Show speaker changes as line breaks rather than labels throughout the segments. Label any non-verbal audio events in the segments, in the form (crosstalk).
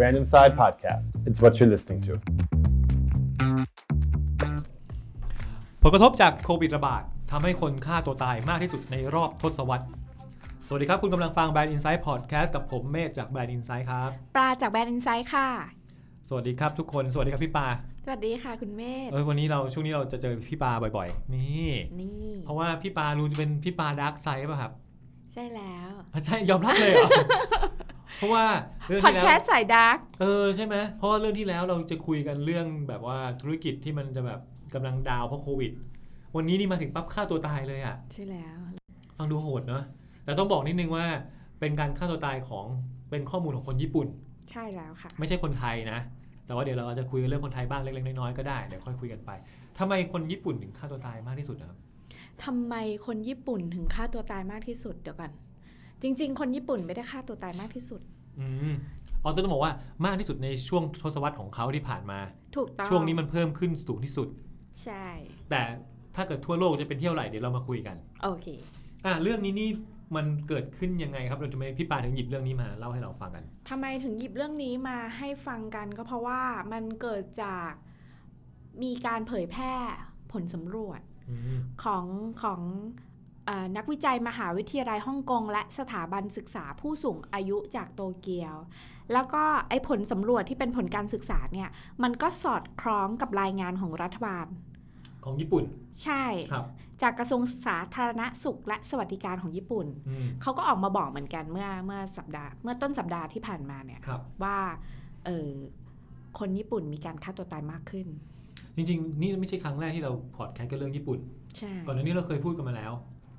Random Side Podcast. It's what you're listening to.
ผลกระทบจากโควิดระบาดทำให้คนฆ่าตัวตายมากที่สุดในรอบทศวรรษ สวัสดีครับ คุณกำลังฟัง Brand Insight Podcast กับผมเมธจาก Brand Insight ครับ
ปลาจากแบรนด์อินไซด์ค่ะ
สวัสดีครับทุกคน สวัสดีครับพี่ปา
สวัสดีค่ะคุณเมธ
เออวันนี้เราช่วงนี้เราจะเจอพี่ปาบ่อยๆ นี่
นี่
เพราะว่าพี่ปารู้จะเป็นพี่ปาดาร์กไซด์ป่ะครับ
ใช่แล้ว
อ่ะใช่ยอมรับเลยเหรอ (laughs) เพราะว่าเรื่อง
พอด
ที่
แค
แล้ว
สต์สายดาร์ก
เออใช่ไหมเพราะว่าเรื่องที่แล้วเราจะคุยกันเรื่องแบบว่าธุรกิจที่มันจะแบบกำลังดาวเพราะโควิด วันนี้นี่มาถึงปั๊บฆ่าตัวตายเลยอ่ะ
ใช่แล้ว
ฟังดูโหดเนอะแต่ต้องบอกนิดนึงว่าเป็นการฆ่าตัวตายของเป็นข้อมูลของคนญี่ปุ่น
ใช่แล้วค่ะ
ไม่ใช่คนไทยนะ แต่ว่าเดี๋ยวเราจะคุยกันเรื่องคนไทยบ้างเล็กๆน้อยๆก็ได้เดี๋ยวค่อยคุยกันไปทำไมคนญี่ปุ่นถึงฆ่าตัวตายมากที่สุดนะครับ
ทำไมคนญี่ปุ่นถึงฆ่าตัวตายมากที่สุดเดี๋ยวกัน จริง ๆ คนญี่ปุ่นไม่ได้ฆ่าตัวตายมากที่สุด
อืมอ๋อต้องบอกว่ามากที่สุดในช่วงทศวรรษของเขาที่ผ่านมา
ถูกต้อง
ช่วงนี้มันเพิ่มขึ้นสูงที่สุด
ใช่
แต่ถ้าเกิดทั่วโลกจะเป็นเที่ยวไหร่เดี๋ยวเรามาคุยกัน
โอเค
อ่ะเรื่องนี้นี่มันเกิดขึ้นยังไงครับเราจะไม่พี่ปาถึงหยิบเรื่องนี้มาเล่าให้เราฟังกัน
ทำไมถึงหยิบเรื่องนี้มาให้ฟังกันก็เพราะว่ามันเกิดจากมีการเผยแพร่ผลสำรวจ
อืม
ของของเออนักวิจัยมหาวิทยาลัยฮ่องกง และสถาบันศึกษาผู้สูงอายุจากโตเกียว แล้วก็ไอ้ผลสำรวจที่เป็นผลการศึกษาเนี่ยมันก็สอดคล้องกับรายงานของรัฐบาล
ของญี่ปุ่น
ใช่
ครับ
จากกระทรวงสาธารณสุขและสวัสดิการของญี่ปุ่น
อืม
เขาก็ออกมาบอกเหมือนกันเมื่อเมื่อสัปดาห์เมื่อต้นสัปดาห์ที่ผ่านมาเนี่ย
ครับ
ว่าเออคนญี่ปุ่นมีการฆ่าตัวตายมากขึ้น
จริงๆ นี่ไม่ใช่ครั้งแรกที่เราพอดแคสต์กันเรื่องญี่ปุ่น
ใช่
ก่อนหน้านี้เราเคยพูดกันมาแล้ว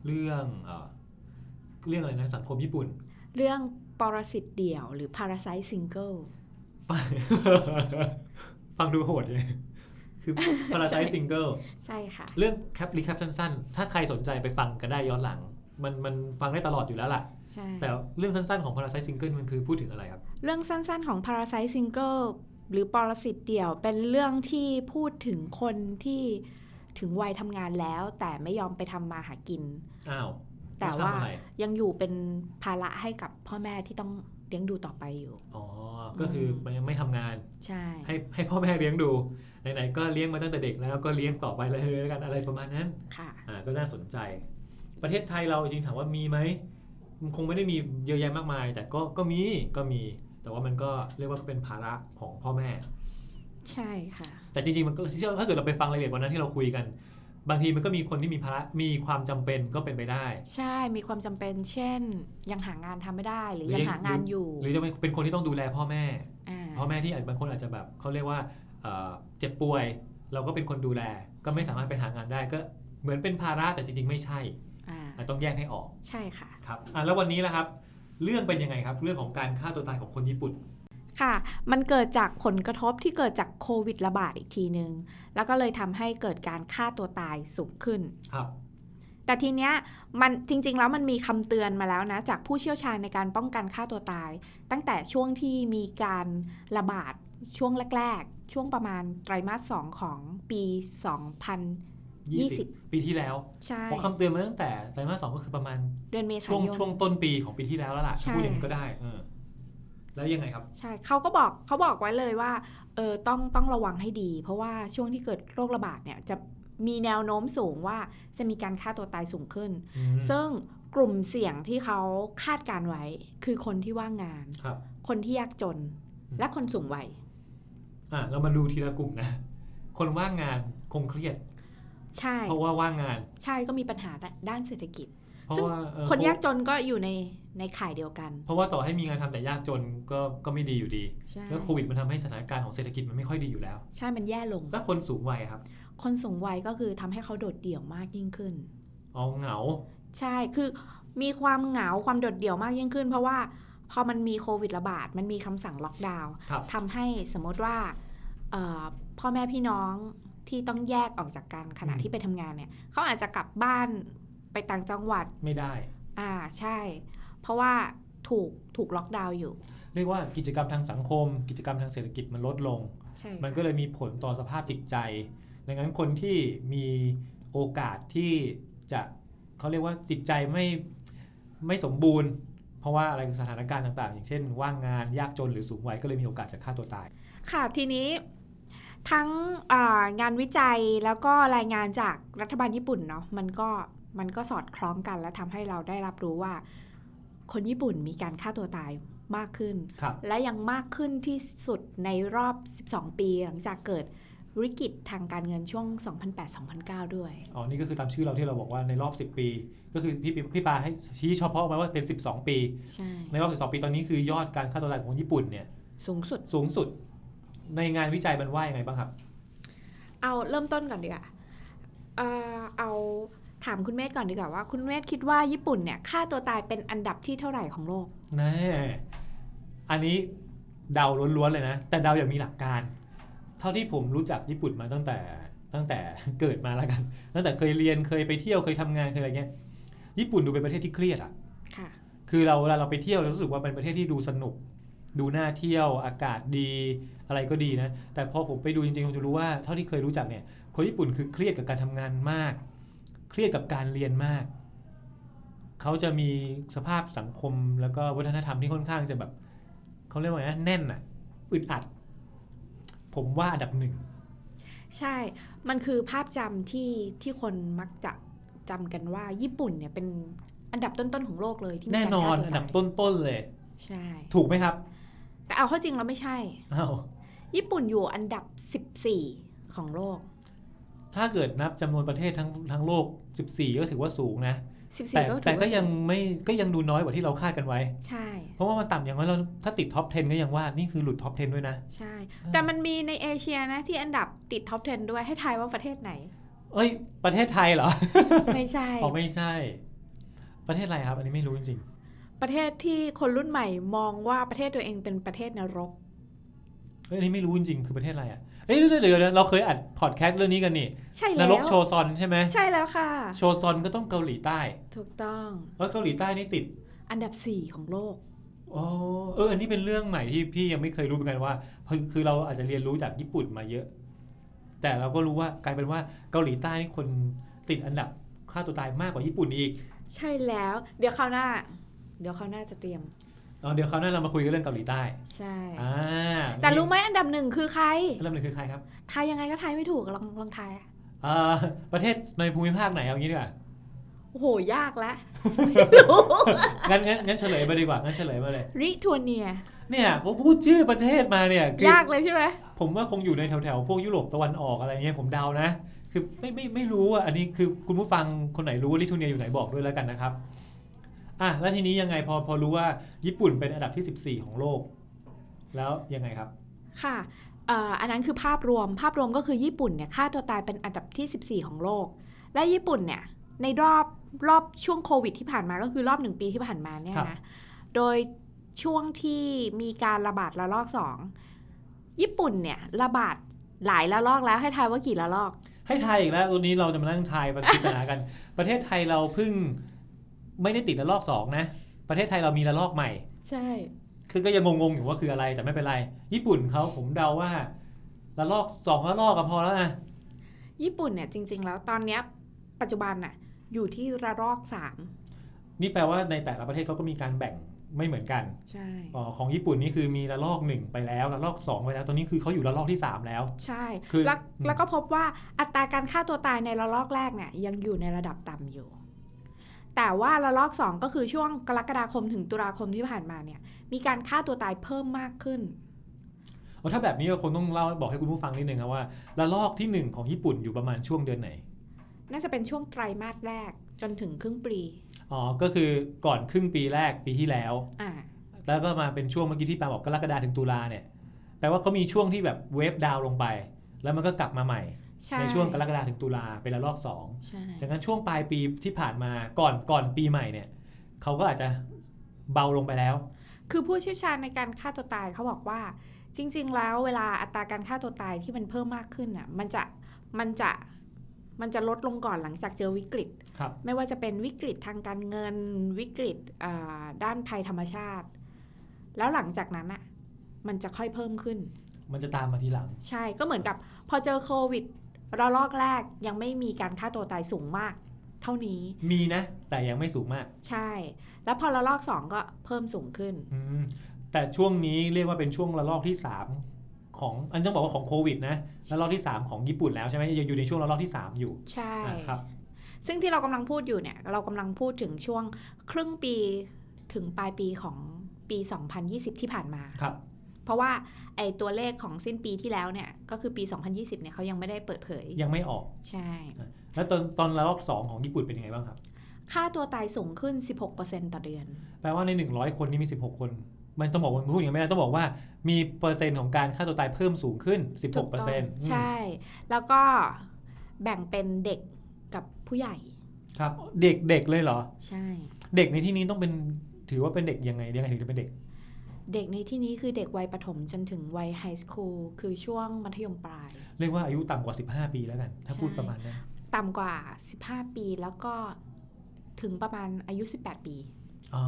เรื่องเออเรื่องอะไรนะสังคมญี่ปุ่น
เรื่องปรสิตเดี่ยวหรือ parasite single
ฟัง (laughs) ฟังดูโหดเลย คือ (laughs) Parasite Single
ใช่ค่ะ
เรื่องแคปรีแคปสั้นๆ ถ้าใครสนใจไปฟังกันได้ย้อนหลัง มันมันฟังได้ตลอดอยู่แล้วล่ะ
ใช่
แต่เรื่องสั้นๆของ Parasite Single มันคือพูดถึงอะไรครับ
เรื่องสั้นๆของ Parasite Single หรือปรสิตเดี่ยว เป็นเรื่องที่พูดถึงคนที่ถึงวัยทำงานแล้ว แต่ไม่ยอมไปทำมาหากิน
อ้าว
แต่
ล้
ว่า
ทำอะไร
ยังอยู่เป็นภาระให้กับพ่อแม่ที่ต้องเลี้ยงดูต่อไปอยู่
อ๋อ ก็คือมันยังไม่ทำงาน
ใช่
ให้ให้พ่อแม่เลี้ยงดู ไหนๆ ก็เลี้ยงมาตั้งแต่เด็กแล้วก็เลี้ยงต่อไปเลยแล้วกันอะไรประมาณนั้น
ค่ะ
อ่าก็น่าสนใจ ประเทศไทยเราจริงๆถามว่ามีไหมมันคงไม่ได้มีเยอะแยะมากมาย แต่ก็ก็มีก็มี แต่ว่ามันก็เรียกว่าเป็นภาระของพ่อแม่
ใช่ค่ะ
แต่จริงๆมันก็ถ้าเกิดเราไปฟังรายละเอียดวันนั้นที่เราคุยกัน บางทีมันก็มีคนที่มีภาระมีความจำเป็นก็เป็นไปได้
ใช่มีความจำเป็น เช่น ยังหางานทำไม่ได้หรือ
หรือ
ยัง
ยัง
หางานอยู่
หรือจะเป็นคนที่ต้องดูแลพ่อแม่
อ่า
พ่อแม่ที่อาจบางคนอาจจะแบบเขาเรียกว่าเอ่อเจ็บป่วย เราก็เป็นคนดูแล ก็ไม่สามารถไปหางานได้ก็เหมือนเป็นภาระแต่จริงๆ ไม่ใช่
อ่า
อ่ะต้องแยกให้ออก
ใช่ค่ะ
ครับอ่ะแล้ววันนี้ล่ะครับ เรื่องเป็นยังไงครับ เรื่องของการฆ่าตัวตายของคนญี่ปุ่น
ค่ะ มันเกิดจากผลกระทบที่เกิดจากโควิดระบาดอีกทีนึง แล้วก็เลยทำให้เกิดการฆ่าตัวตายสูงขึ้น
ครับ
แต่ทีเนี้ยมันจริง ๆ แล้วมันมีคำเตือนมาแล้วนะจากผู้เชี่ยวชาญในการป้องกันฆ่าตัวตาย ตั้งแต่ช่วงที่มีการระบาดช่วงแรก ๆ ช่วงประมาณไตรมาสสองของปี
20 ปีที่แล้ว
2020 ใช่
เพราะคำเตือนมาตั้งแต่ไตรมาสสองก็คือประมาณ
เดือนเมษา
ช่วง
ยน
ช่วงต้นปีของปีที่แล้วแล้วล่ะ
ใช่
ถ้าพูดอย่างนี้ก็ได้เออแล้วยังไงครับ
ใช่เขาก็บอกเขาบอกไว้เลยว่าเออต้องต้องระวังให้ดี เพราะว่าช่วงที่เกิดโรคระบาดเนี่ยจะมีแนวโน้มสูงว่าจะมีการฆ่าตัวตายสูงขึ้น
อืม
ซึ่งกลุ่มเสี่ยงที่เขาคาดการไว้ คือคนที่ว่างงาน
ครับ
คนที่ยากจน
อืม
และคนสูงวัย
อ่ะเรามาดูทีละกลุ่มนะ คนว่างงานคงเครียด
ใช่
เพราะว่าว่างงาน
ใช่ก็มีปัญหาด้านเศรษฐกิจ
เพราะ
ซึ่ง
ว่าเออ
คน
เขา
ยากจนก็อยู่ในในข่ายเดียวกัน
เพราะว่าต่อให้มีงานทำแต่ยากจนก็ก็ไม่ดีอยู่ดี
ใช่
แล้วโควิดมันทำให้สถานการณ์ของเศรษฐกิจมันไม่ค่อยดีอยู่แล้ว
ใช่มันแย่ลง
แล้วคนสูงวัยครับ
คนสูงวัยก็คือทำให้เขาโดดเดี่ยวมากยิ่งขึ้น
เอาเหงา
ใช่ คือมีความเหงา ความโดดเดี่ยวมากยิ่งขึ้น เพราะว่าพอมันมีโควิดระบาด มันมีคำสั่งล็อกดาวน์
ครับ
ทำให้สมมติว่าเอ่อพ่อแม่พี่น้องที่ต้องแยกออกจากกันขณะ
อืม
ที่ไปทำงานเนี่ยเขาอาจจะกลับบ้านไปต่างจังหวัด
ไม่ได้
อ่า ใช่ เพราะว่าถูกถูกล็อกดาวน์อยู่
เรียกว่ากิจกรรมทางสังคม กิจกรรมทางเศรษฐกิจมันลดลง
ใช่
มัน
ค่ะ
ก็เลยมีผลต่อสภาพจิตใจ ดังนั้นคนที่มีโอกาสที่จะ เขาเรียกว่าจิตใจไม่ไม่สมบูรณ์ เพราะว่าอะไรสถานการณ์ต่างๆ อย่างเช่น ว่างงานยากจนหรือสูงวัยก็เลยมีโอกาสจะฆ่าตัวตาย
ค่ะทีนี้ทั้งอ่างานวิจัยแล้วก็รายงานจากรัฐบาลญี่ปุ่นเนาะมันก็มันก็สอดคล้องกันและทำให้เราได้รับรู้ว่า คนญี่ปุ่นมีการฆ่าตัวตายมากขึ้น
ครับ
และยังมากขึ้นที่สุดในรอบ 12 ปีหลังจากเกิดวิกฤตทางการเงินช่วง 2008-2009 ด้วย
อ๋อ นี่ก็คือตามชื่อเราที่เราบอกว่าในรอบ 10 ปี ก็คือพี่ปิพี่ปาให้ชี้เฉพาะมาว่าเป็น 12 ปี
ใช่
ในรอบ 12 ปีตอนนี้คือยอดการฆ่าตัวตายของญี่ปุ่นเนี่ย
สูงสุด
สูงสุดในงานวิจัยมันว่ายังไงบ้างครับ
เอาเริ่มต้นก่อนดีกว่าเอ่อเอาถามคุณเมธก่อนดีกว่าว่า คุณเมธคิดว่าญี่ปุ่นเนี่ยฆ่าตัวตายเป็นอันดับที่เท่าไหร่ของโลก
แน่อันนี้เดาล้วนๆเลยนะ แต่เดาอย่างมีหลักการ เท่าที่ผมรู้จักญี่ปุ่นมาตั้งแต่ตั้งแต่ (laughs) เกิดมาแล้วกัน ตั้งแต่เคยเรียนเคยไปเที่ยวเคยทำงานเคยอะไรเงี้ย ญี่ปุ่นดูเป็นประเทศที่เครียดอะ
ค่ะ
คือเราเวลาเราไปเที่ยวเรารู้สึกว่าเป็นประเทศที่ดูสนุก ดูน่าเที่ยวอากาศดีอะไรก็ดีนะ แต่พอผมไปดูจริงๆผมจะรู้ว่าเท่าที่เคยรู้จักเนี่ย คนญี่ปุ่นคือเครียดกับการทำงานมาก เครียดกับการเรียนมาก เขาจะมีสภาพสังคมแล้วก็วัฒนธรรมที่ค่อนข้างจะแบบเขาเรียกว่าไงนะแน่นอะอึดอัด ผมว่าอันดับหนึ่ง
ใช่ มันคือภาพจำที่ที่คนมักจะจำกันว่าญี่ปุ่นเนี่ยเป็นอันดับต้นๆของโลกเลยที่มี
แน่
การ
นอน
ฆ่าตัว
อัน
ตา
ดับ
ย
ต้นๆเลย
ใช่
ถูกไหมครับ
แต่เอาเข้าจริงแล้วไม่ใช่
อ้าว
ญี่ปุ่นอยู่อันดับ 14 ของโลก
ถ้าเกิดนับจำนวนประเทศทั้งทั้งโลก 14 ก็ถือว่าสูงนะ แต่
14 ก็ถื
แต่
อ
ก็
ว่า
ยังไม่ก็ยังดูน้อยกว่าที่เราคาดกันไว้
ใช่
เพราะว่ามันต่ำอย่างน้อยเราถ้าติดท็อป 10 ก็ยังว่า นี่คือหลุดท็อป 10 ด้วยนะ
ใช่ แต่มันมีในเอเชียนะที่อันดับติดท็อป 10 ด้วยให้ทายว่าประเทศไหน
เอ้ย ประเทศไทยเหรอ
ไม่ใช่
อ๋อไม่ใช่ ประเทศอะไรครับ อันนี้ไม่รู้จริง
ประเทศที่คนรุ่นใหม่มองว่าประเทศตัวเองเป็นประเทศนรก
ๆเอ้ยอันนี้ไม่รู้จริงๆคือประเทศอะไรอ่ะเอ้ยเดี๋ยวเดี๋ยวเดี๋ยวเราเคยอัดพอดแคสต์เรื่องนี้กันนี่
ใช่
น
แล้ว
รกโชซอนใช่ไหม
ใช่แล้วค่ะ
โชซอนก็ต้องเกาหลีใต้
ถูกต้อง
แล้วเกาหลีใต้นี่ติด
อันดับ 4 ของโลก
อ๋อเอออันนี้เป็นเรื่องใหม่ที่พี่ยังไม่เคยรู้เหมือนกันว่าคือคือเราอาจจะเรียนรู้จากญี่ปุ่นมาเยอะ แต่เราก็รู้ว่ากลายเป็นว่าเกาหลีใต้นี่คนติดอันดับฆ่าตัวตายมากกว่าญี่ปุ่นอีก
ใช่แล้ว เดี๋ยวคราวหน้า เดี๋ยวคราวหน้าจะเตรียม
เอาเดี๋ยวคราวหน้าเรามาคุยกันเรื่องเกาหลีใต้
ใช่
อ่า
แต่รู้ไหมอันดับหนึ่งคือใคร
อันดับหนึ่งคือใครครับ
ทายยังไงก็ทายไม่ถูกลองลองทายอะ
อ่าประเทศในภูมิภาคไหนเอางี้ดีกว่า
โอ้โห ยากละ
งั้นงั้นงั้นเฉลยมาดีกว่า งั้นเฉลยมาเลย
ริทัวเนีย
เนี่ยผมพูดชื่อประเทศมาเนี่ยคื
ยากเลยใช่ไหม
ผมว่าคงอยู่ในแถวๆ พวกยุโรปตะวันออกอะไรเงี้ยผมเดานะ คือไม่ไม่ไม่รู้อ่ะ อันนี้คือคุณผู้ฟังคนไหนรู้ว่าลิทัวเนียอยู่ไหนบอกด้วยแล้วกันนะครับ อ่ะแล้วทีนี้ยังไงพอพอรู้ว่าญี่ปุ่นเป็นอันดับที่ 14 ของโลก แล้วยังไงครับ
ค่ะเอ่ออันนั้นคือภาพรวม ภาพรวมก็คือญี่ปุ่นเนี่ยฆ่าตัวตายเป็นอันดับที่ 14 ของโลก และญี่ปุ่นเนี่ยในรอบรอบช่วงโควิดที่ผ่านมาก็คือรอบหนึ่งปีที่ผ่านมาเนี่ย
ครับ
นะ โดยช่วงที่มีการระบาดระลอกสองญี่ปุ่นเนี่ยระบาดหลายระลอกแล้วให้ทายว่ากี่ระลอก
ให้ทายอีกแล้ววันนี้เราจะมานั่งทายปริศนากัน (laughs) ประเทศไทยเราเพิ่งไม่ได้ติดระลอกสองนะ ประเทศไทยเรามีระลอกใหม่
ใช่
คือก็ยังงงๆอยู่ว่าคืออะไรแต่ไม่เป็นไร ญี่ปุ่นเขาผมเดาว่าระลอกสองระลอกก็พอแล้วนะ
ญี่ปุ่นเนี่ยจริง ๆ แล้วตอนเนี้ยปัจจุบันน่ะอยู่ที่ระลอกสาม
นี่แปลว่าในแต่ละประเทศเขาก็มีการแบ่งไม่เหมือนกัน
ใช่
อ๋อของญี่ปุ่นนี่คือมีระลอกหนึ่งไปแล้วระลอกสองไปแล้ว ตอนนี้คือเขาอยู่ระลอกที่สามแล้ว
ใช่
คือ
แล้ว
อืม
แล้วก็พบว่าอัตราการฆ่าตัวตายในระลอกแรกเนี่ยยังอยู่ในระดับต่ำอยู่ แต่ว่าระลอก 2 ก็คือช่วงกรกฎาคมถึงตุลาคมที่ผ่านมาเนี่ยมีการฆ่าตัวตายเพิ่มมากขึ้น
อ๋อถ้าแบบนี้ก็คงต้องเล่าบอกให้คุณผู้ฟังนิดนึงครับว่าระลอกที่หนึ่งของญี่ปุ่นอยู่ประมาณช่วงเดือนไหน
น่าจะเป็นช่วงไตรมาสแรกจนถึงครึ่งปี
อ๋อก็คือก่อนครึ่งปีแรกปีที่แล้ว
อ่า
แล้วก็มาเป็นช่วงเมื่อกี้ที่ปาบอกกรกฎาถึงตุลาเนี่ยแปลว่าเขามีช่วงที่แบบเวฟดาวน์ลงไป แล้วมันก็กลับมาใหม่
ใช่
ในช่วงกรกฎาถึงตุลาเป็นระลอกสอง
ใช่
จากนั้นช่วงปลายปีที่ผ่านมาก่อนก่อนปีใหม่เนี่ยเขาก็อาจจะเบาลงไปแล้ว
คือผู้เชี่ยวชาญในการฆ่าตัวตายเขาบอกว่า จริง ๆ แล้วเวลาอัตราการฆ่าตัวตายที่มันเพิ่มมากขึ้นน่ะมันจะมันจะมันจะลดลงก่อนหลังจากเจอวิกฤต
ครับ
ไม่ว่าจะเป็นวิกฤตทางการเงิน วิกฤตอ่าด้านภัยธรรมชาติ แล้วหลังจากนั้นอะมันจะค่อยเพิ่มขึ้น
มันจะตามมาทีหลัง
ใช่ก็เหมือนกับพอเจอโควิดระลอกแรกยังไม่มีการฆ่าตัวตายสูงมาก เท่านี้
มีนะ แต่ยังไม่สูงมาก
ใช่ แล้วพอระลอกสองก็เพิ่มสูงขึ้น
อืมแต่ช่วงนี้เรียกว่าเป็นช่วงระลอกที่ 3 ของอันนต้องบอกว่าของโควิดนะระลอกที่ 3 ของญี่ปุ่นแล้วใช่ไหมยังอยู่ในช่วงระลอกที่ 3 อยู่
ใช่
อ่ะครับ
ซึ่งที่เรากำลังพูดอยู่เนี่ย เรากำลังพูดถึงช่วงครึ่งปีถึงปลายปีของปี 2020 ที่ผ่านมา
ครับ
เพราะว่าไอตัวเลขของสิ้นปีที่แล้วเนี่ย ก็คือปี 2020 เนี่ยเขายังไม่ได้เปิดเผย
ยังไม่ออก
ใช่
แล้วตอนตอนระลอก 2 ของญี่ปุ่นเป็นยังไงบ้างครับ
ค่าตัวตายสูงขึ้น 16%ต่อเดือน
แปลว่าใน 100 คนนี่มี 16 คน มันต้องบอกว่าพูดอย่างนี้ไม่ได้ต้องบอกว่ามีเปอร์เซ็นต์ของการฆ่าตัวตายเพิ่มสูงขึ้น 16เปอร์เซ็นต์
ใช่ แล้วก็แบ่งเป็นเด็กกับผู้ใหญ่
ครับเด็กเด็กเลยเหรอ
ใช่
เด็กในที่นี้ต้องเป็นถือว่าเป็นเด็กยังไงยังไงถึงจะเป็นเด็ก
เด็กในที่นี้คือเด็กวัยประถมจนถึงวัยไฮสคูลคือช่วงมัธยมปลาย
เรียกว่าอายุต่ำกว่า 15 ปีแล้วกัน ถ้าพูด
ใช่
ประมาณนั้น
ต่ำกว่า 15 ปีแล้วก็ถึงประมาณอายุ 18 ปี
อ๋อ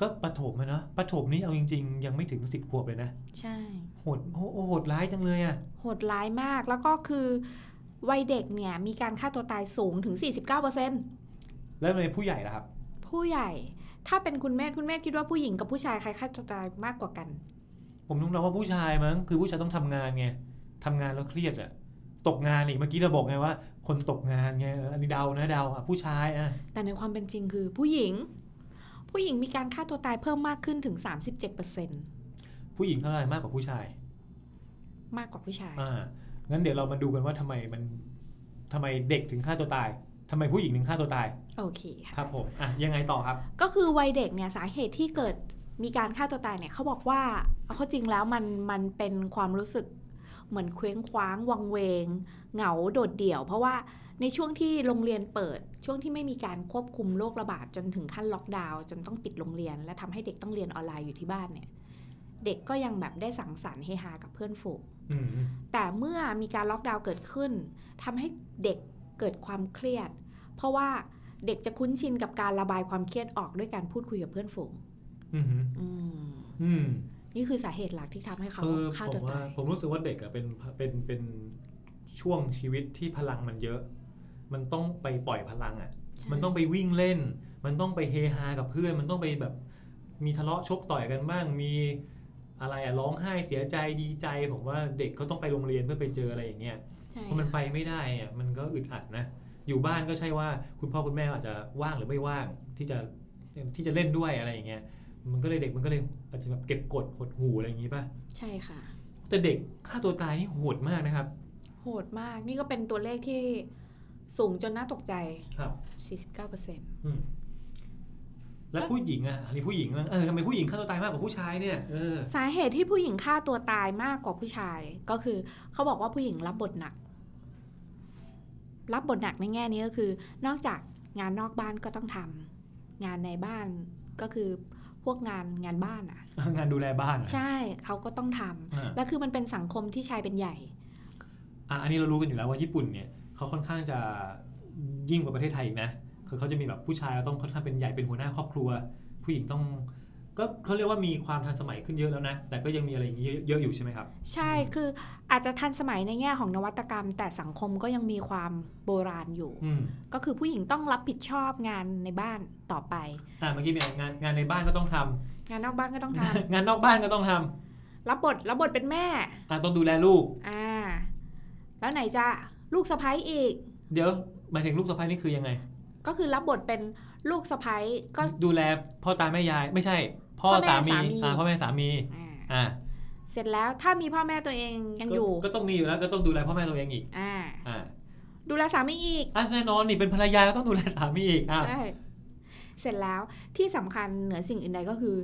ก็ประถมอะเนาะประถมนี่เอาจริง ๆ ยังไม่ถึง 10 ขวบเลยนะ
ใช่
โหดโหโหดร้ายจังเลยอะ
โหดร้ายมากแล้วก็คือวัยเด็กเนี่ยมีการฆ่าตัวตายสูงถึง 49%
แล้วในผู้ใหญ่ล่ะครับ
ผู้ใหญ่ ถ้าเป็นคุณแม่คุณแม่คิดว่าผู้หญิงกับผู้ชายใครฆ่าตัวตายมากกว่ากัน
ผมต้องรับว่าผู้ชายมั้งคือผู้ชายต้องทำงานไงทำงานแล้วเครียดอะตกงานอีกเมื่อกี้เราบอกไงว่า คนตกงานไงเอออันนี้เดานะเดาอะผู้ชายอะ
แต่ในความเป็นจริงคือผู้หญิง ผู้หญิงมีการฆ่าตัวตายเพิ่มมากขึ้นถึง 37%
ผู้หญิงเท่าไหร่มากกว่าผู้ชาย
มากกว่าผู้ชาย
อ่างั้นเดี๋ยวเรามาดูกันว่าทำไมมันทำไมเด็กถึงฆ่าตัวตายทำไมผู้หญิงถึงฆ่าตัวตาย
โอเคค่ะ
ครับผมอ่ะยังไงต่อครับ
ก็คือวัยเด็กเนี่ยสาเหตุที่เกิดมีการฆ่าตัวตายเนี่ยเขาบอกว่าเอาเข้าจริงแล้วมันมันเป็นความรู้สึกเหมือนเคว้งคว้างวังเวง เหงาโดดเดี่ยว เพราะว่าในช่วงที่โรงเรียนเปิด ช่วงที่ไม่มีการควบคุมโรคระบาดจนถึงขั้นล็อกดาวน์จนต้องปิดโรงเรียน และทำให้เด็กต้องเรียนออนไลน์อยู่ที่บ้านเนี่ยเด็กก็ยังแบบได้สังสรรค์เฮฮากับเพื่อนฝูง
อืม
แต่เมื่อมีการล็อกดาวน์เกิดขึ้นทำให้เด็กเกิดความเครียด เพราะว่าเด็กจะคุ้นชินกับการระบายความเครียดออกด้วยการพูดคุยกับเพื่อนฝูง
อืม
อืม
อืม
นี่คือสาเหตุหลักที่ทำให้เขา
เออ
ฆ่า
ผ
ตัว
มว่า
ตาย
ผมรู้สึกว่าเด็กอะเป็นเป็นเป็นช่วงชีวิตที่พลังมันเยอะ มันต้องไปปล่อยพลังอะ
ใช่
มันต้องไปวิ่งเล่น มันต้องไปเฮฮากับเพื่อน มันต้องไปแบบมีทะเลาะชกต่อยกันบ้าง มีอะไรอะร้องไห้เสียใจดีใจ ผมว่าเด็กเขาต้องไปโรงเรียนเพื่อไปเจออะไรอย่างเงี้ย
ใช่
พอมันไปไม่ได้อะมันก็อึดอัดนะ อยู่บ้านก็ใช่ว่าคุณพ่อคุณแม่อาจจะว่างหรือไม่ว่างที่จะที่จะเล่นด้วยอะไรอย่างเงี้ย มันก็เลยเด็กมันก็เลยอาจจะแบบเก็บกดหดหูอะไรอย่างงี้ป่ะ
ใช่ค่ะ
แต่เด็กฆ่าตัวตายนี่โหดมากนะครับ
โหดมาก นี่ก็เป็นตัวเลขที่สูงจนน่าตกใจ
ครับ
49%
อืม แล้วผู้หญิงอ่ะอันนี้ผู้หญิงบ้างเออทำไมผู้หญิงฆ่าตัวตายมากกว่าผู้ชายเนี่ย เอ (laughs) อ
สาเหตุที่ผู้หญิงฆ่าตัวตายมากกว่าผู้ชาย ก็คือเขาบอกว่าผู้หญิงรับบทหนัก รับบทหนักในแง่นี้ก็คือ นอกจากงานนอกบ้านก็ต้องทำงานในบ้านก็คือพวกงานงานบ้านอ่ะ
งานดูแลบ้านเหรอ
ใช่เขาก็ต้องทำ
อ่า
แล้วคือมันเป็นสังคมที่ชายเป็นใหญ่
อ่ะอันนี้เรารู้กันอยู่แล้วว่าญี่ปุ่นเนี่ยเขาค่อนข้างจะยิ่งกว่าประเทศไทยอีกนะคือเขาจะมีแบบผู้ชายเราต้องค่อนข้างเป็นใหญ่เป็นหัวหน้าครอบครัว ผู้หญิงต้อง ก็เขาเรียกว่ามีความทันสมัยขึ้นเยอะแล้วนะ แต่ก็ยังมีอะไรอย่างนี้เยอะเยอะอยู่ใช่ไหมครับ
ใช่คืออาจจะทันสมัยในแง่ของนวัตกรรม แต่สังคมก็ยังมีความโบราณอยู่
อืม
ก็คือผู้หญิงต้องรับผิดชอบงานในบ้านต่อไป
อ่ะเมื่อกี้มีอะไรงานงานในบ้านก็ต้องทำ
งานนอกบ้านก็ต้องทำ
(laughs) งานนอกบ้านก็ต้องทำ
รับบทรับบทเป็นแม่
อ่ะต้องดูแลลูก
อ่า แล้วไหนจะลูกสะพ้ยอีก
เดี๋ยวหมายถึงลูกสะใภ้นี่คือยังไง
ก็คือรับบทเป็นลูกสะพ้ยก็
ดูแลพ่อตาแม่ยายไม่ใช่ พ่อ
พ่อแม่
สามี
สามี
อ่ะพ่อแม่สามี
อ่า
อ่ะ
เสร็จแล้วถ้ามีพ่อแม่ตัวเองยังอยู่
ก็ก็ต้องมีอยู่แล้วก็ต้องดูแลพ่อแม่ตัวเองอีก
อ่า
อ่ะ
ดูแลสามีอีก
อ่ะแน่นอนนี่เป็นภรรยาก็ต้องดูแลสามีอีกอ่ะ
ใช่เสร็จแล้วที่สำคัญเหนือสิ่งอื่นใดก็คือ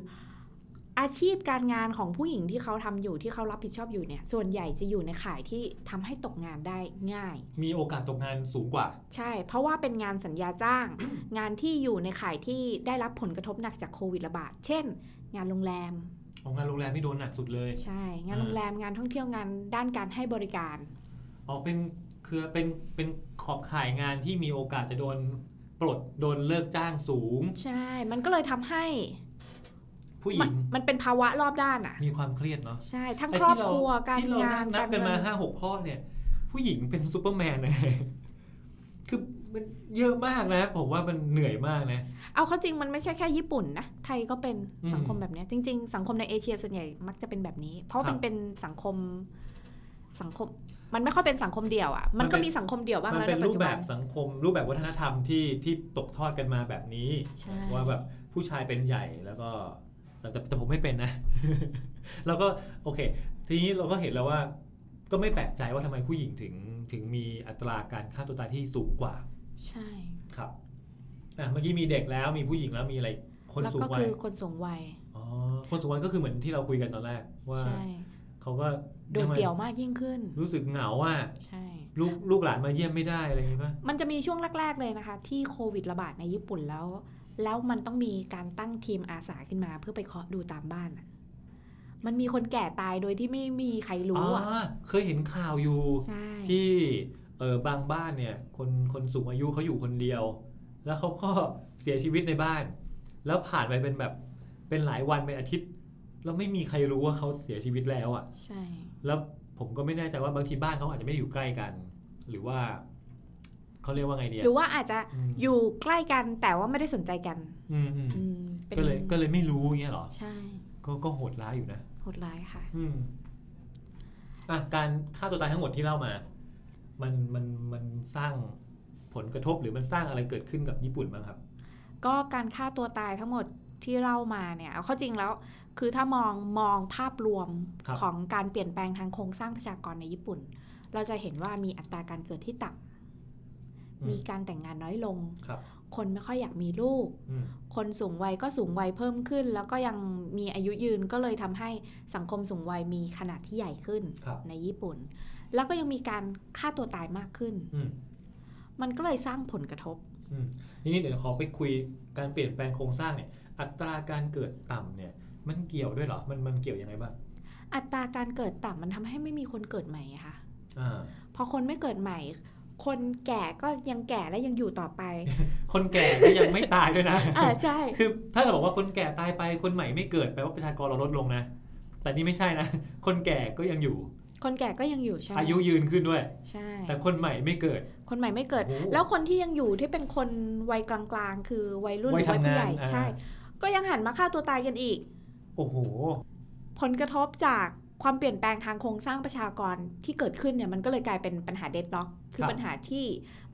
อาชีพการงานของผู้หญิงที่เขาทำอยู่ที่เขารับผิดชอบอยู่เนี่ย ส่วนใหญ่จะอยู่ในข่ายที่ทำให้ตกงานได้ง่าย
มีโอกาสตกงานสูงกว่า
ใช่ เพราะว่าเป็นงานสัญญาจ้าง
(coughs)
งานที่อยู่ในข่ายที่ได้รับผลกระทบหนักจากโควิดระบาด เช่น งานโรงแรม
ของงานโรงแรมไม่โดนหนักสุดเลย
ใช่ งาน
อ่า
โรงแรมงานท่องเที่ยวงานด้านการให้บริการ
ออกเป็นเครือเป็นเป็นขอบข่ายงานที่มีโอกาสจะโดนปลดโดนเลิกจ้างสูง
ใช่ มันก็เลยทำให้
ผู้ห
มั
ญิ
น
ง
มันเป็นภาวะรอบด้านอ่ะ
มีความเครียดเนาะ
ใช่ ทั้ง
ไอ้
ครอบ
ที่เา
ครัวการ
ที่เรา
งาน
นับ
กา
กั
ร
น
เงิ
มาน ห้าหกข้อเนี่ย ผู้หญิงเป็นซูเปอร์แมนเลย (laughs) คือ มันเยอะมากนะ ผมว่ามันเหนื่อยมากนะ
เอาเข้าจริงมันไม่ใช่แค่ญี่ปุ่นนะไทยก็เป็น
อืม
สังคมแบบเนี้ยจริง ๆ สังคมในเอเชียส่วนใหญ่มักจะเป็นแบบนี้ เพราะ
ครั
มั
บ
นเป็นสังคมสังคม มันไม่ค่อยเป็นสังคมเดี่ยวอะ่ะ มันก็
มันเป็น
มีสังคมเดี่ยวบ้าง
มัน
แล้ว
เป็น
ในปั
รู
จ
ปแบบ
จุั
บ
น
สังคม รูปแบบวัฒนธรรมที่ที่ตกทอดกันมาแบบนี้
ใช่
ว่าแบบผู้ชายเป็นใหญ่แล้วก็แต่แต่แต่ผมไม่เป็นนะ (laughs) แล้วก็โอเค ทีนี้เราก็เห็นแล้วว่า ก็ไม่แปลกใจว่าทำไมผู้หญิงถึงถึงมีอัตราการฆ่าตัวตายที่สูงกว่า
ใช่
ครับอ่ะเมื่อกี้มีเด็กแล้วมีผู้หญิงแล้วมีอะไรคน
แล้ว
สูง
ก็
วั
คื
ย
อคนสูงวัย
อ๋อคนสูงวัยก็คือเหมือนที่เราคุยกันตอนแรก ว่า
ใช่
เขาก็
โดดเดี่ยวมากยิ่งขึ้น
รู้สึกเหงาว่า
ใช่
ลูกลูกหลานมาเยี่ยมไม่ได้อะไรอย่างงี้ป่ะ
มันจะมีช่วงแรก ๆ เลยนะคะ ที่โควิดระบาดในญี่ปุ่นแล้ว แล้วมันต้องมีการตั้งทีมอาสาขึ้นมา เพื่อไปเคาะดูตามบ้านอะมันมีคนแก่ตายโดยที่ไม่มีใครรู้อ่ะ
อ่าเคยเห็นข่าวอยู่
ใช่
ที่เออบางบ้านเนี่ยคนคนสูงอายุเขาอยู่คนเดียว แล้วเขาก็เสียชีวิตในบ้าน แล้วผ่านไปเป็นแบบเป็นหลายวันเป็นอาทิตย์ แล้วไม่มีใครรู้ว่าเขาเสียชีวิตแล้วอะ่ะ
ใช่
แล้วผมก็ไม่แน่ใจว่าบางทีบ้านเขาอาจจะไม่ได้อยู่ใกล้กัน หรือว่าเขาเรียกว่าไงเดีย
หรือว่าอาจจะ
ม
อยู่ใกล้กันแต่ว่าไม่ได้สนใจกัน
อืมอืม
อืมป็น
ก็เลยก็เลยไม่รู้อย่างเงี้ยเหรอ
ใช่
ก็ก็โหดร้ายอยู่นะ
โหดร้ายค่ะ
อืมอ่ะการฆ่าตัวตายทั้งหมดที่เล่ามา มันมันมันสร้างผลกระทบหรือมันสร้างอะไรเกิดขึ้นกับญี่ปุ่นบ้างครับ
ก็การฆ่าตัวตายทั้งหมดที่เล่ามาเนี่ยเอาเข้าจริงแล้ว คือถ้ามองมองภาพรวม
ครับ
ของการเปลี่ยนแปลงทางโครงสร้างประชากรในญี่ปุ่น เราจะเห็นว่ามีอัตราการเกิดที่ต่ำมีการแต่งงานน้อยลง
ครับ
คนไม่ค่อยอยากมีลูก
อืม
คนสูงวัยก็สูงวัยเพิ่มขึ้น แล้วก็ยังมีอายุยืนก็เลยทำให้สังคมสูงวัยมีขนาดที่ใหญ่ขึ้น
ครับ
ในญี่ปุ่น แล้วก็ยังมีการฆ่าตัวตายมากขึ้น
อืม
มันก็เลยสร้างผลกระทบ
อืมทีนี้เดี๋ยวขอไปคุยการเปลี่ยนแปลงโครงสร้างเนี่ย อัตราการเกิดต่ำเนี่ย มันเกี่ยวด้วยเหรอ มันมันเกี่ยวยังไงบ้าง
อัตราการเกิดต่ำมันทำให้ไม่มีคนเกิดใหม่อะค่ะ
อ่า
พอคนไม่เกิดใหม่ คนแก่ก็ยังแก่และยังอยู่
(laughs)
ต่อไป
คนแก่ก็ยังไม่ตายด้วยนะ
(laughs) เออใช่
คือถ้าเราบอกว่าคนแก่ตายไปคนใหม่ไม่เกิดแปลว่าประชากรเราลดลงนะ แต่นี่ไม่ใช่นะ (laughs) คนแก่ก็ยังอยู่
คนแก่ก็ยังอยู่ใช่
อายุยืนขึ้นด้วย
ใช่
แต่คนใหม่ไม่เกิด
คนใหม่ไม่เกิด
โอ้โห
แล้วคนที่ยังอยู่ที่เป็นคนวัยกลางๆ คือวัยรุ่นห
วั
รื
ย
อวัย
ทำงาน
ผู้ใหญ่
อ่า
ใช่ ก็ยังหันมาฆ่าตัวตายกันอีก
โอ้โห
ผลกระทบจากความเปลี่ยนแปลงทางโครงสร้างประชากรที่เกิดขึ้นเนี่ยมันก็เลยกลายเป็นปัญหาเดดล็อก คือ
ครับ
ปัญหาที่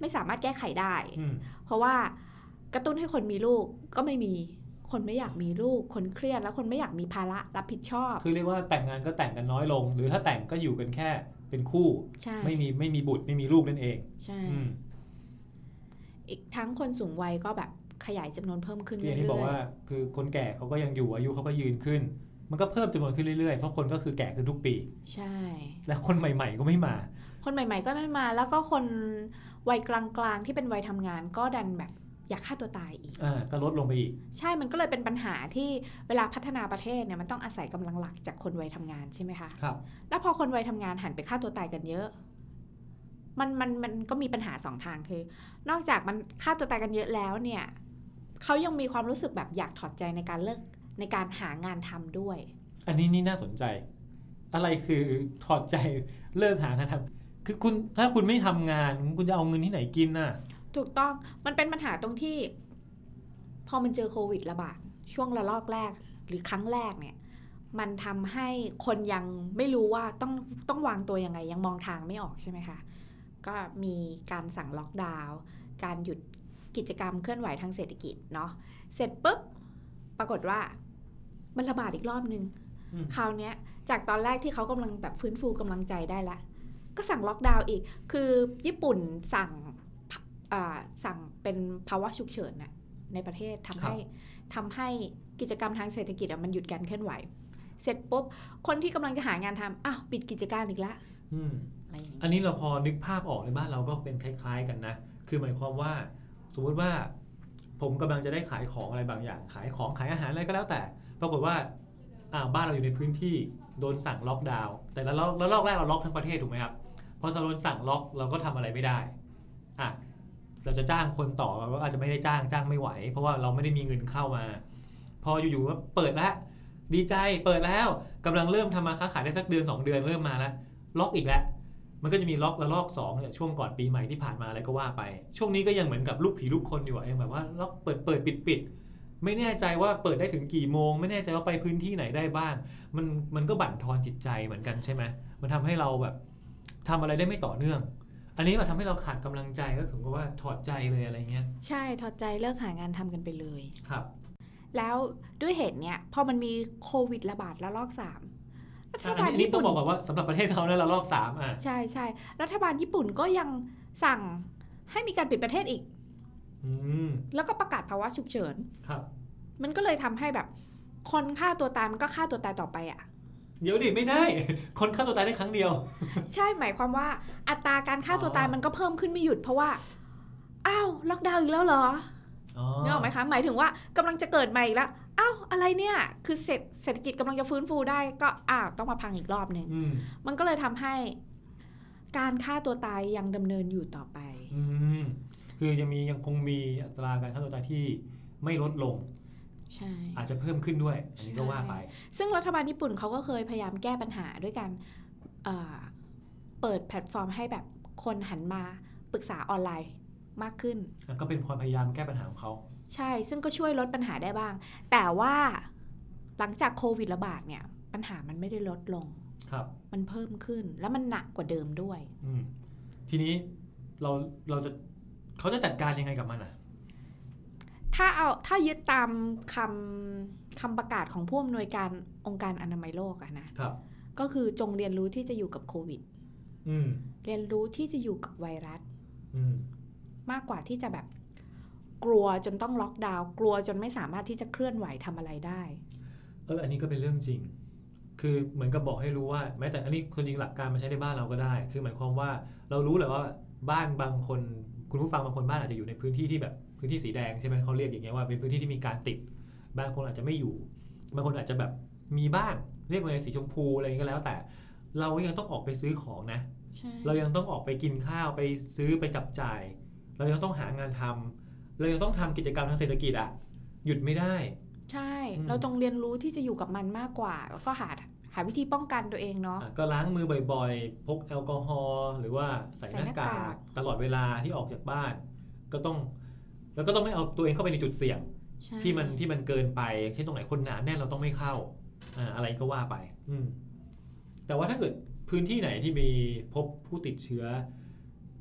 ไม่สามารถแก้ไขได้
อืม
เพราะว่ากระตุ้นให้คนมีลูกก็ไม่มี คนไม่อยากมีลูก คนเครียดแล้วคนไม่อยากมีภาระรับผิดชอบ
คือเรียกว่าแต่งงานก็แต่งกันน้อยลง หรือถ้าแต่งก็อยู่กันแค่เป็นคู่
ใช่
ไม่มีไม่มีบุตรไม่มีลูกนั่นเอง
ใช่
อืม
อีกทั้งคนสูงวัยก็แบบขยายจำนวนเพิ่มขึ้น
คืออย่าง
เรื่
ที่บอก
อย
ว่าคือคนแก่เขาก็ยังอยู่อายุเขาก็ยืนขึ้น มันก็เพิ่มจำนวนขึ้นเรื่อยๆ เพราะคนก็คือแก่ขึ้นทุกปี
ๆใช่
และคนใหม่ ๆ ก็ไม่มา
คนใหม่ ๆ ก็ไม่มา แล้วก็คนวัยกลางๆที่เป็นวัยทำงานก็ดันแบบอยากฆ่าตัวตายอีก
อ่าก็ลดลงไปอีก
ใช่ มันก็เลยเป็นปัญหาที่เวลาพัฒนาประเทศเนี่ยมันต้องอาศัยกำลังหลักจากคนวัยทำงานใช่ไหมคะ
ครับ
แล้วพอคนวัยทำงานหันไปฆ่าตัวตายกันเยอะ มันมันมันก็มีปัญหาสองทางคือ นอกจากมันฆ่าตัวตายกันเยอะแล้วเนี่ยเขายังมีความรู้สึกแบบอยากถอดใจในการเลิกในการหางานทำด้วย
อันนี้นี่น่าสนใจ อะไรคือถอดใจเลิกหางานทำคือคุณถ้าคุณไม่ทำงานคุณจะเอาเงินที่ไหนกินน่ะ
ถูกต้องมันเป็นปัญหาตรงที่ พอมันเจอโควิดระบาดช่วงระลอกแรกหรือครั้งแรกเนี่ย มันทำให้คนยังไม่รู้ว่าต้องต้องวางตัวยังไง ยังมองทางไม่ออกใช่ไหมคะ ก็มีการสั่งล็อกดาวน์การหยุดกิจกรรมเคลื่อนไหวทางเศรษฐกิจเนาะเสร็จปุ๊บ ปรากฏว่ามันระบาดอีกรอบนึง
อืม
คราวเนี้ย จากตอนแรกที่เขากำลังแบบฟื้นฟูกำลังใจได้ละ ก็สั่งล็อกดาวน์อีก คือญี่ปุ่นสั่ง อ่าสั่งเป็นภาวะฉุกเฉินน่ะในประเทศทำให้ทำให้กิจกรรมทางเศรษฐกิจอะมันหยุดการเคลื่อนไหว เสร็จปุ๊บ คนที่กำลังจะหางานทำอ้าวปิดกิจการอีกละ
อืม
อะไรอย่างเงี้ย
อันนี้เราพอนึกภาพออกในบ้านเราก็เป็นคล้าย ๆ กันนะ คือหมายความว่า สมมุติว่า ผมกำลังจะได้ขายของอะไรบางอย่าง ขายของขายอาหารอะไรก็แล้วแต่ ปรากฏว่าอ่าบ้านเราอยู่ในพื้นที่โดนสั่งล็อกดาวน์ แต่ละล็อกแล้วล็อกแรกเราล็อกทั้งประเทศถูกไหมครับ พอโดนสั่งล็อกเราก็ทำอะไรไม่ได้ อ่ะ เราจะจ้างคนต่อเราก็อาจจะไม่ได้จ้างจ้างไม่ไหว เพราะว่าเราไม่ได้มีเงินเข้ามา พออยู่ๆว่าเปิดแล้วดีใจเปิดแล้วกำลังเริ่มทำมาค้าขายได้สักเดือนสองเดือนเริ่มมาแล้วล็อกอีกแล้ว มันก็จะมีล็อกละลอกสองเนี่ยช่วงก่อนปีใหม่ที่ผ่านมาอะไรก็ว่าไป ช่วงนี้ก็ยังเหมือนกับลูกผีลูกคนอยู่อะยังแบบว่าล็อกเปิดเปิดปิดปิดไม่แน่ใจว่าเปิดได้ถึงกี่โมง ไม่แน่ใจว่าไปพื้นที่ไหนได้บ้าง มันมันก็บั่นทอนจิตใจเหมือนกันใช่ไหมมันทำให้เราแบบทำอะไรได้ไม่ต่อเนื่อง อันนี้มันทำให้เราขาดกำลังใจก็ถึงกับว่าถอดใจเลยอะไรเงี้ย
ใช่ถอดใจเลิกหางานทำกันไปเลย
ครับ
แล้วด้วยเหตุเนี้ยพอมันมีโควิดระบาดระลอกสาม
อั
รัฐ
น
บา
นี้
ล
อันนี้
ญี่
ต้อ
ปุ่
ง
น
บอกก่อนว่าสำหรับประเทศเขานะเราลอกสามอ่ะ
ใช่ใช่รัฐบาลญี่ปุ่นก็ยังสั่งให้มีการปิดประเทศอีก
อืม
แล้วก็ประกาศภาวะฉุกเฉิน
ครับ
มันก็เลยทำให้แบบ คนฆ่าตัวตายมันก็ฆ่าตัวตายต่อไปอ่ะ
เดี๋ยวดิไม่ได้ (laughs) คนฆ่าตัวตายได้ครั้งเดียว
ใช่หมายความว่าอัตราการฆ่าตัวตาย
อ๋อ
มันก็เพิ่มขึ้นไม่หยุดเพราะว่าอ้าวล็อกดาวน์อีกแล้วเหรอ
อ๋อ
นึกออกไหมคะหมายถึงว่ากำลังจะเกิดใหม่อีกแล้วอ้าวอะไรเนี่ยคือเศรษฐเศรษฐกิจกำลังจะฟื้นฟูได้ก็อ้าวต้องมาพังอีกรอบหนึ่ง
อืม
มันก็เลยทำให้ การฆ่าตัวตายยังดำเนินอยู่ต่อไป
อืมคือยังมียังคงมีอัตราการฆ่าตัวตายที่ไม่ลดลง
ใช่
อาจจะเพิ่มขึ้นด้วย อันนี้ก็ว่าไป
ซึ่งรัฐบาลญี่ปุ่นเขาก็เคยพยายามแก้ปัญหาด้วยการเอ่อเปิดแพลตฟอร์มให้แบบคนหันมาปรึกษาออนไลน์มากขึ้น
ก็เป็นความพยายามแก้ปัญหาของเขา
ใช่ ซึ่งก็ช่วยลดปัญหาได้บ้าง แต่ว่าหลังจากโควิดระบาดเนี่ย ปัญหามันไม่ได้ลดลง
ครับ
มันเพิ่มขึ้น แล้วมันหนักกว่าเดิมด้วย
อืมทีนี้เราเราจะเขาจะจัดการยังไงกับมันอ่ะ
ถ้าเอาถ้ายึดตามคำคำประกาศของผู้อำนวยการองค์การอนามัยโลกอะนะ
ครับ
ก็คือจงเรียนรู้ที่จะอยู่กับโควิด
อืม
เรียนรู้ที่จะอยู่กับไวรัส
อืม
มากกว่าที่จะแบบกลัวจนต้องล็อกดาวน์กลัวจนไม่สามารถที่จะเคลื่อนไหวทำอะไรได้
เอออันนี้ก็เป็นเรื่องจริง คือเหมือนกับบอกให้รู้ว่า แม้แต่อันนี้คนจริงหลักการมาใช้ในบ้านเราก็ได้ คือหมายความว่าเรารู้แหละว่าบ้านบางคน คุณผู้ฟังบางคนบ้านอาจจะอยู่ในพื้นที่ที่แบบพื้นที่สีแดงใช่ไหมเขาเรียกอย่างเงี้ยว่าเป็นพื้นที่ที่มีการติด บางคนอาจจะไม่อยู่ บางคนอาจจะแบบมีบ้างเรียกว่าในสีชมพูอะไรก็แล้ว แต่ เรายังต้องออกไปซื้อของนะ
ใช่
เรายังต้องออกไปกินข้าวไปซื้อไปจับจ่าย เรายังต้องหางานทำเรายังต้องทำกิจกรรมทางเศรษฐกิจอะหยุดไม่ได้
ใช่
อืม
เราจงเรียนรู้ที่จะอยู่กับมันมากกว่า แล้วก็หาหาวิธีป้องกันตัวเองเนาะ
อ่ะก็ล้างมือบ่อยๆ พกแอลกอฮอล์หรือว่าใส่หน้ากา
ใส่หน้ากาก ก
ตลอดเวลาที่ออกจากบ้าน ก็ต้อง แล้วก็ต้องไม่เอาตัวเองเข้าไปในจุดเสี่ยง
ใช่
ที่มันที่มันเกินไปเช่นตรงไหนคนหนาแน่นเราต้องไม่เข้าอ่าอะไรก็ว่าไป อืมแต่ว่าถ้าเกิดพื้นที่ไหนที่มีพบผู้ติดเชื้อ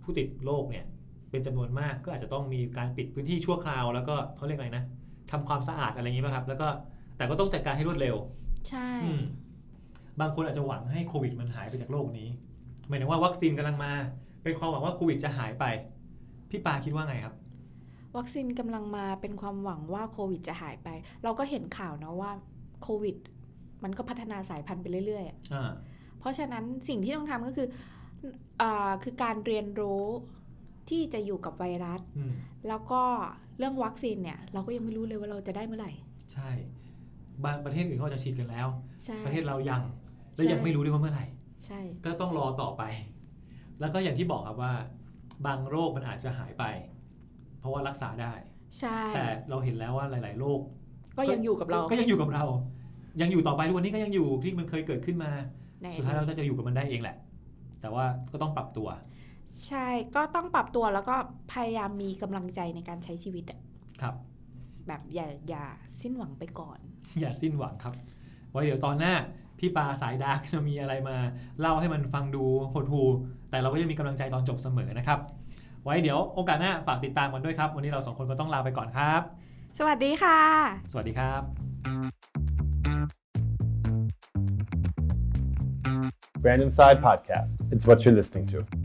ผู้ติดโรคเนี่ย เป็นจำนวนมากก็อาจจะต้องมีการปิดพื้นที่ชั่วคราว แล้วก็เขาเรียกอะไรนะทำความสะอาดอะไรอย่างนี้ป่ะครับ แล้วก็แต่ก็ต้องจัดการให้รวดเร็ว
ใช่
อืมบางคนอาจจะหวังให้โควิดมันหายไปจากโลกนี้หมายถึงว่าวัคซีนกำลังมา เป็นความหวังว่าโควิดจะหายไป พี่ปาคิดว่าไงครับ
วัคซีนกำลังมาเป็นความหวังว่าโควิดจะหายไป เราก็เห็นข่าวเนาะว่าโควิด มันก็พัฒนาสายพันธุ์ไปเรื่อยๆอะ
อ่า
เพราะฉะนั้นสิ่งที่ต้องทำก็คือเออคือการเรียนรู้ที่จะอยู่กับไวรัส
อืม
แล้วก็เรื่องวัคซีนเนี่ย เราก็ยังไม่รู้เลยว่าเราจะได้เมื่อไหร่
ใช่บางประเทศอื่นเขาอาจจะฉีดกันแล้ว
ใช่
ประเทศเรายัง และยังไม่รู้ด้วยว่าเมื่อไหร่
ใช่
ก็ต้องรอต่อไป แล้วก็อย่างที่บอกครับว่า บางโรคมันอาจจะหายไป เพราะว่ารักษาได้
ใช่
แต่เราเห็นแล้วว่าหลาย ๆ โรค
ก็ยังอยู่กับเรา
ก็ยังอยู่กับเรา ยังอยู่ต่อไปทุกวันนี้ก็ยังอยู่ที่มันเคยเกิดขึ้นมา
ไหน
สุดท้ายเราจะอยู่กับมันได้เองแหละ แต่ว่าก็ต้องปรับตัว
ใช่ก็ต้องปรับตัวแล้วก็พยายามมีกำลังใจในการใช้ชีวิตอะ
ครับ (laughs)
แบบอย่าอย่าสิ้นหวังไปก่อน
อย่าสิ้นหวังครับ ไว้เดี๋ยวตอนหน้า พี่ปาสายดาร์กจะมีอะไรมา เล่าให้มันฟังดูหดหูแต่เราก็ยังมีกำลังใจตอนจบเสมอนะครับ ไว้เดี๋ยวโอกาสหน้าฝากติดตามกันด้วยครับ วันนี้เราสองคนก็ต้องลาไปก่อนครับ
สวัสดีค่ะ
สวัสดีครับ
Brandon Side Podcast. It's what you're listening to.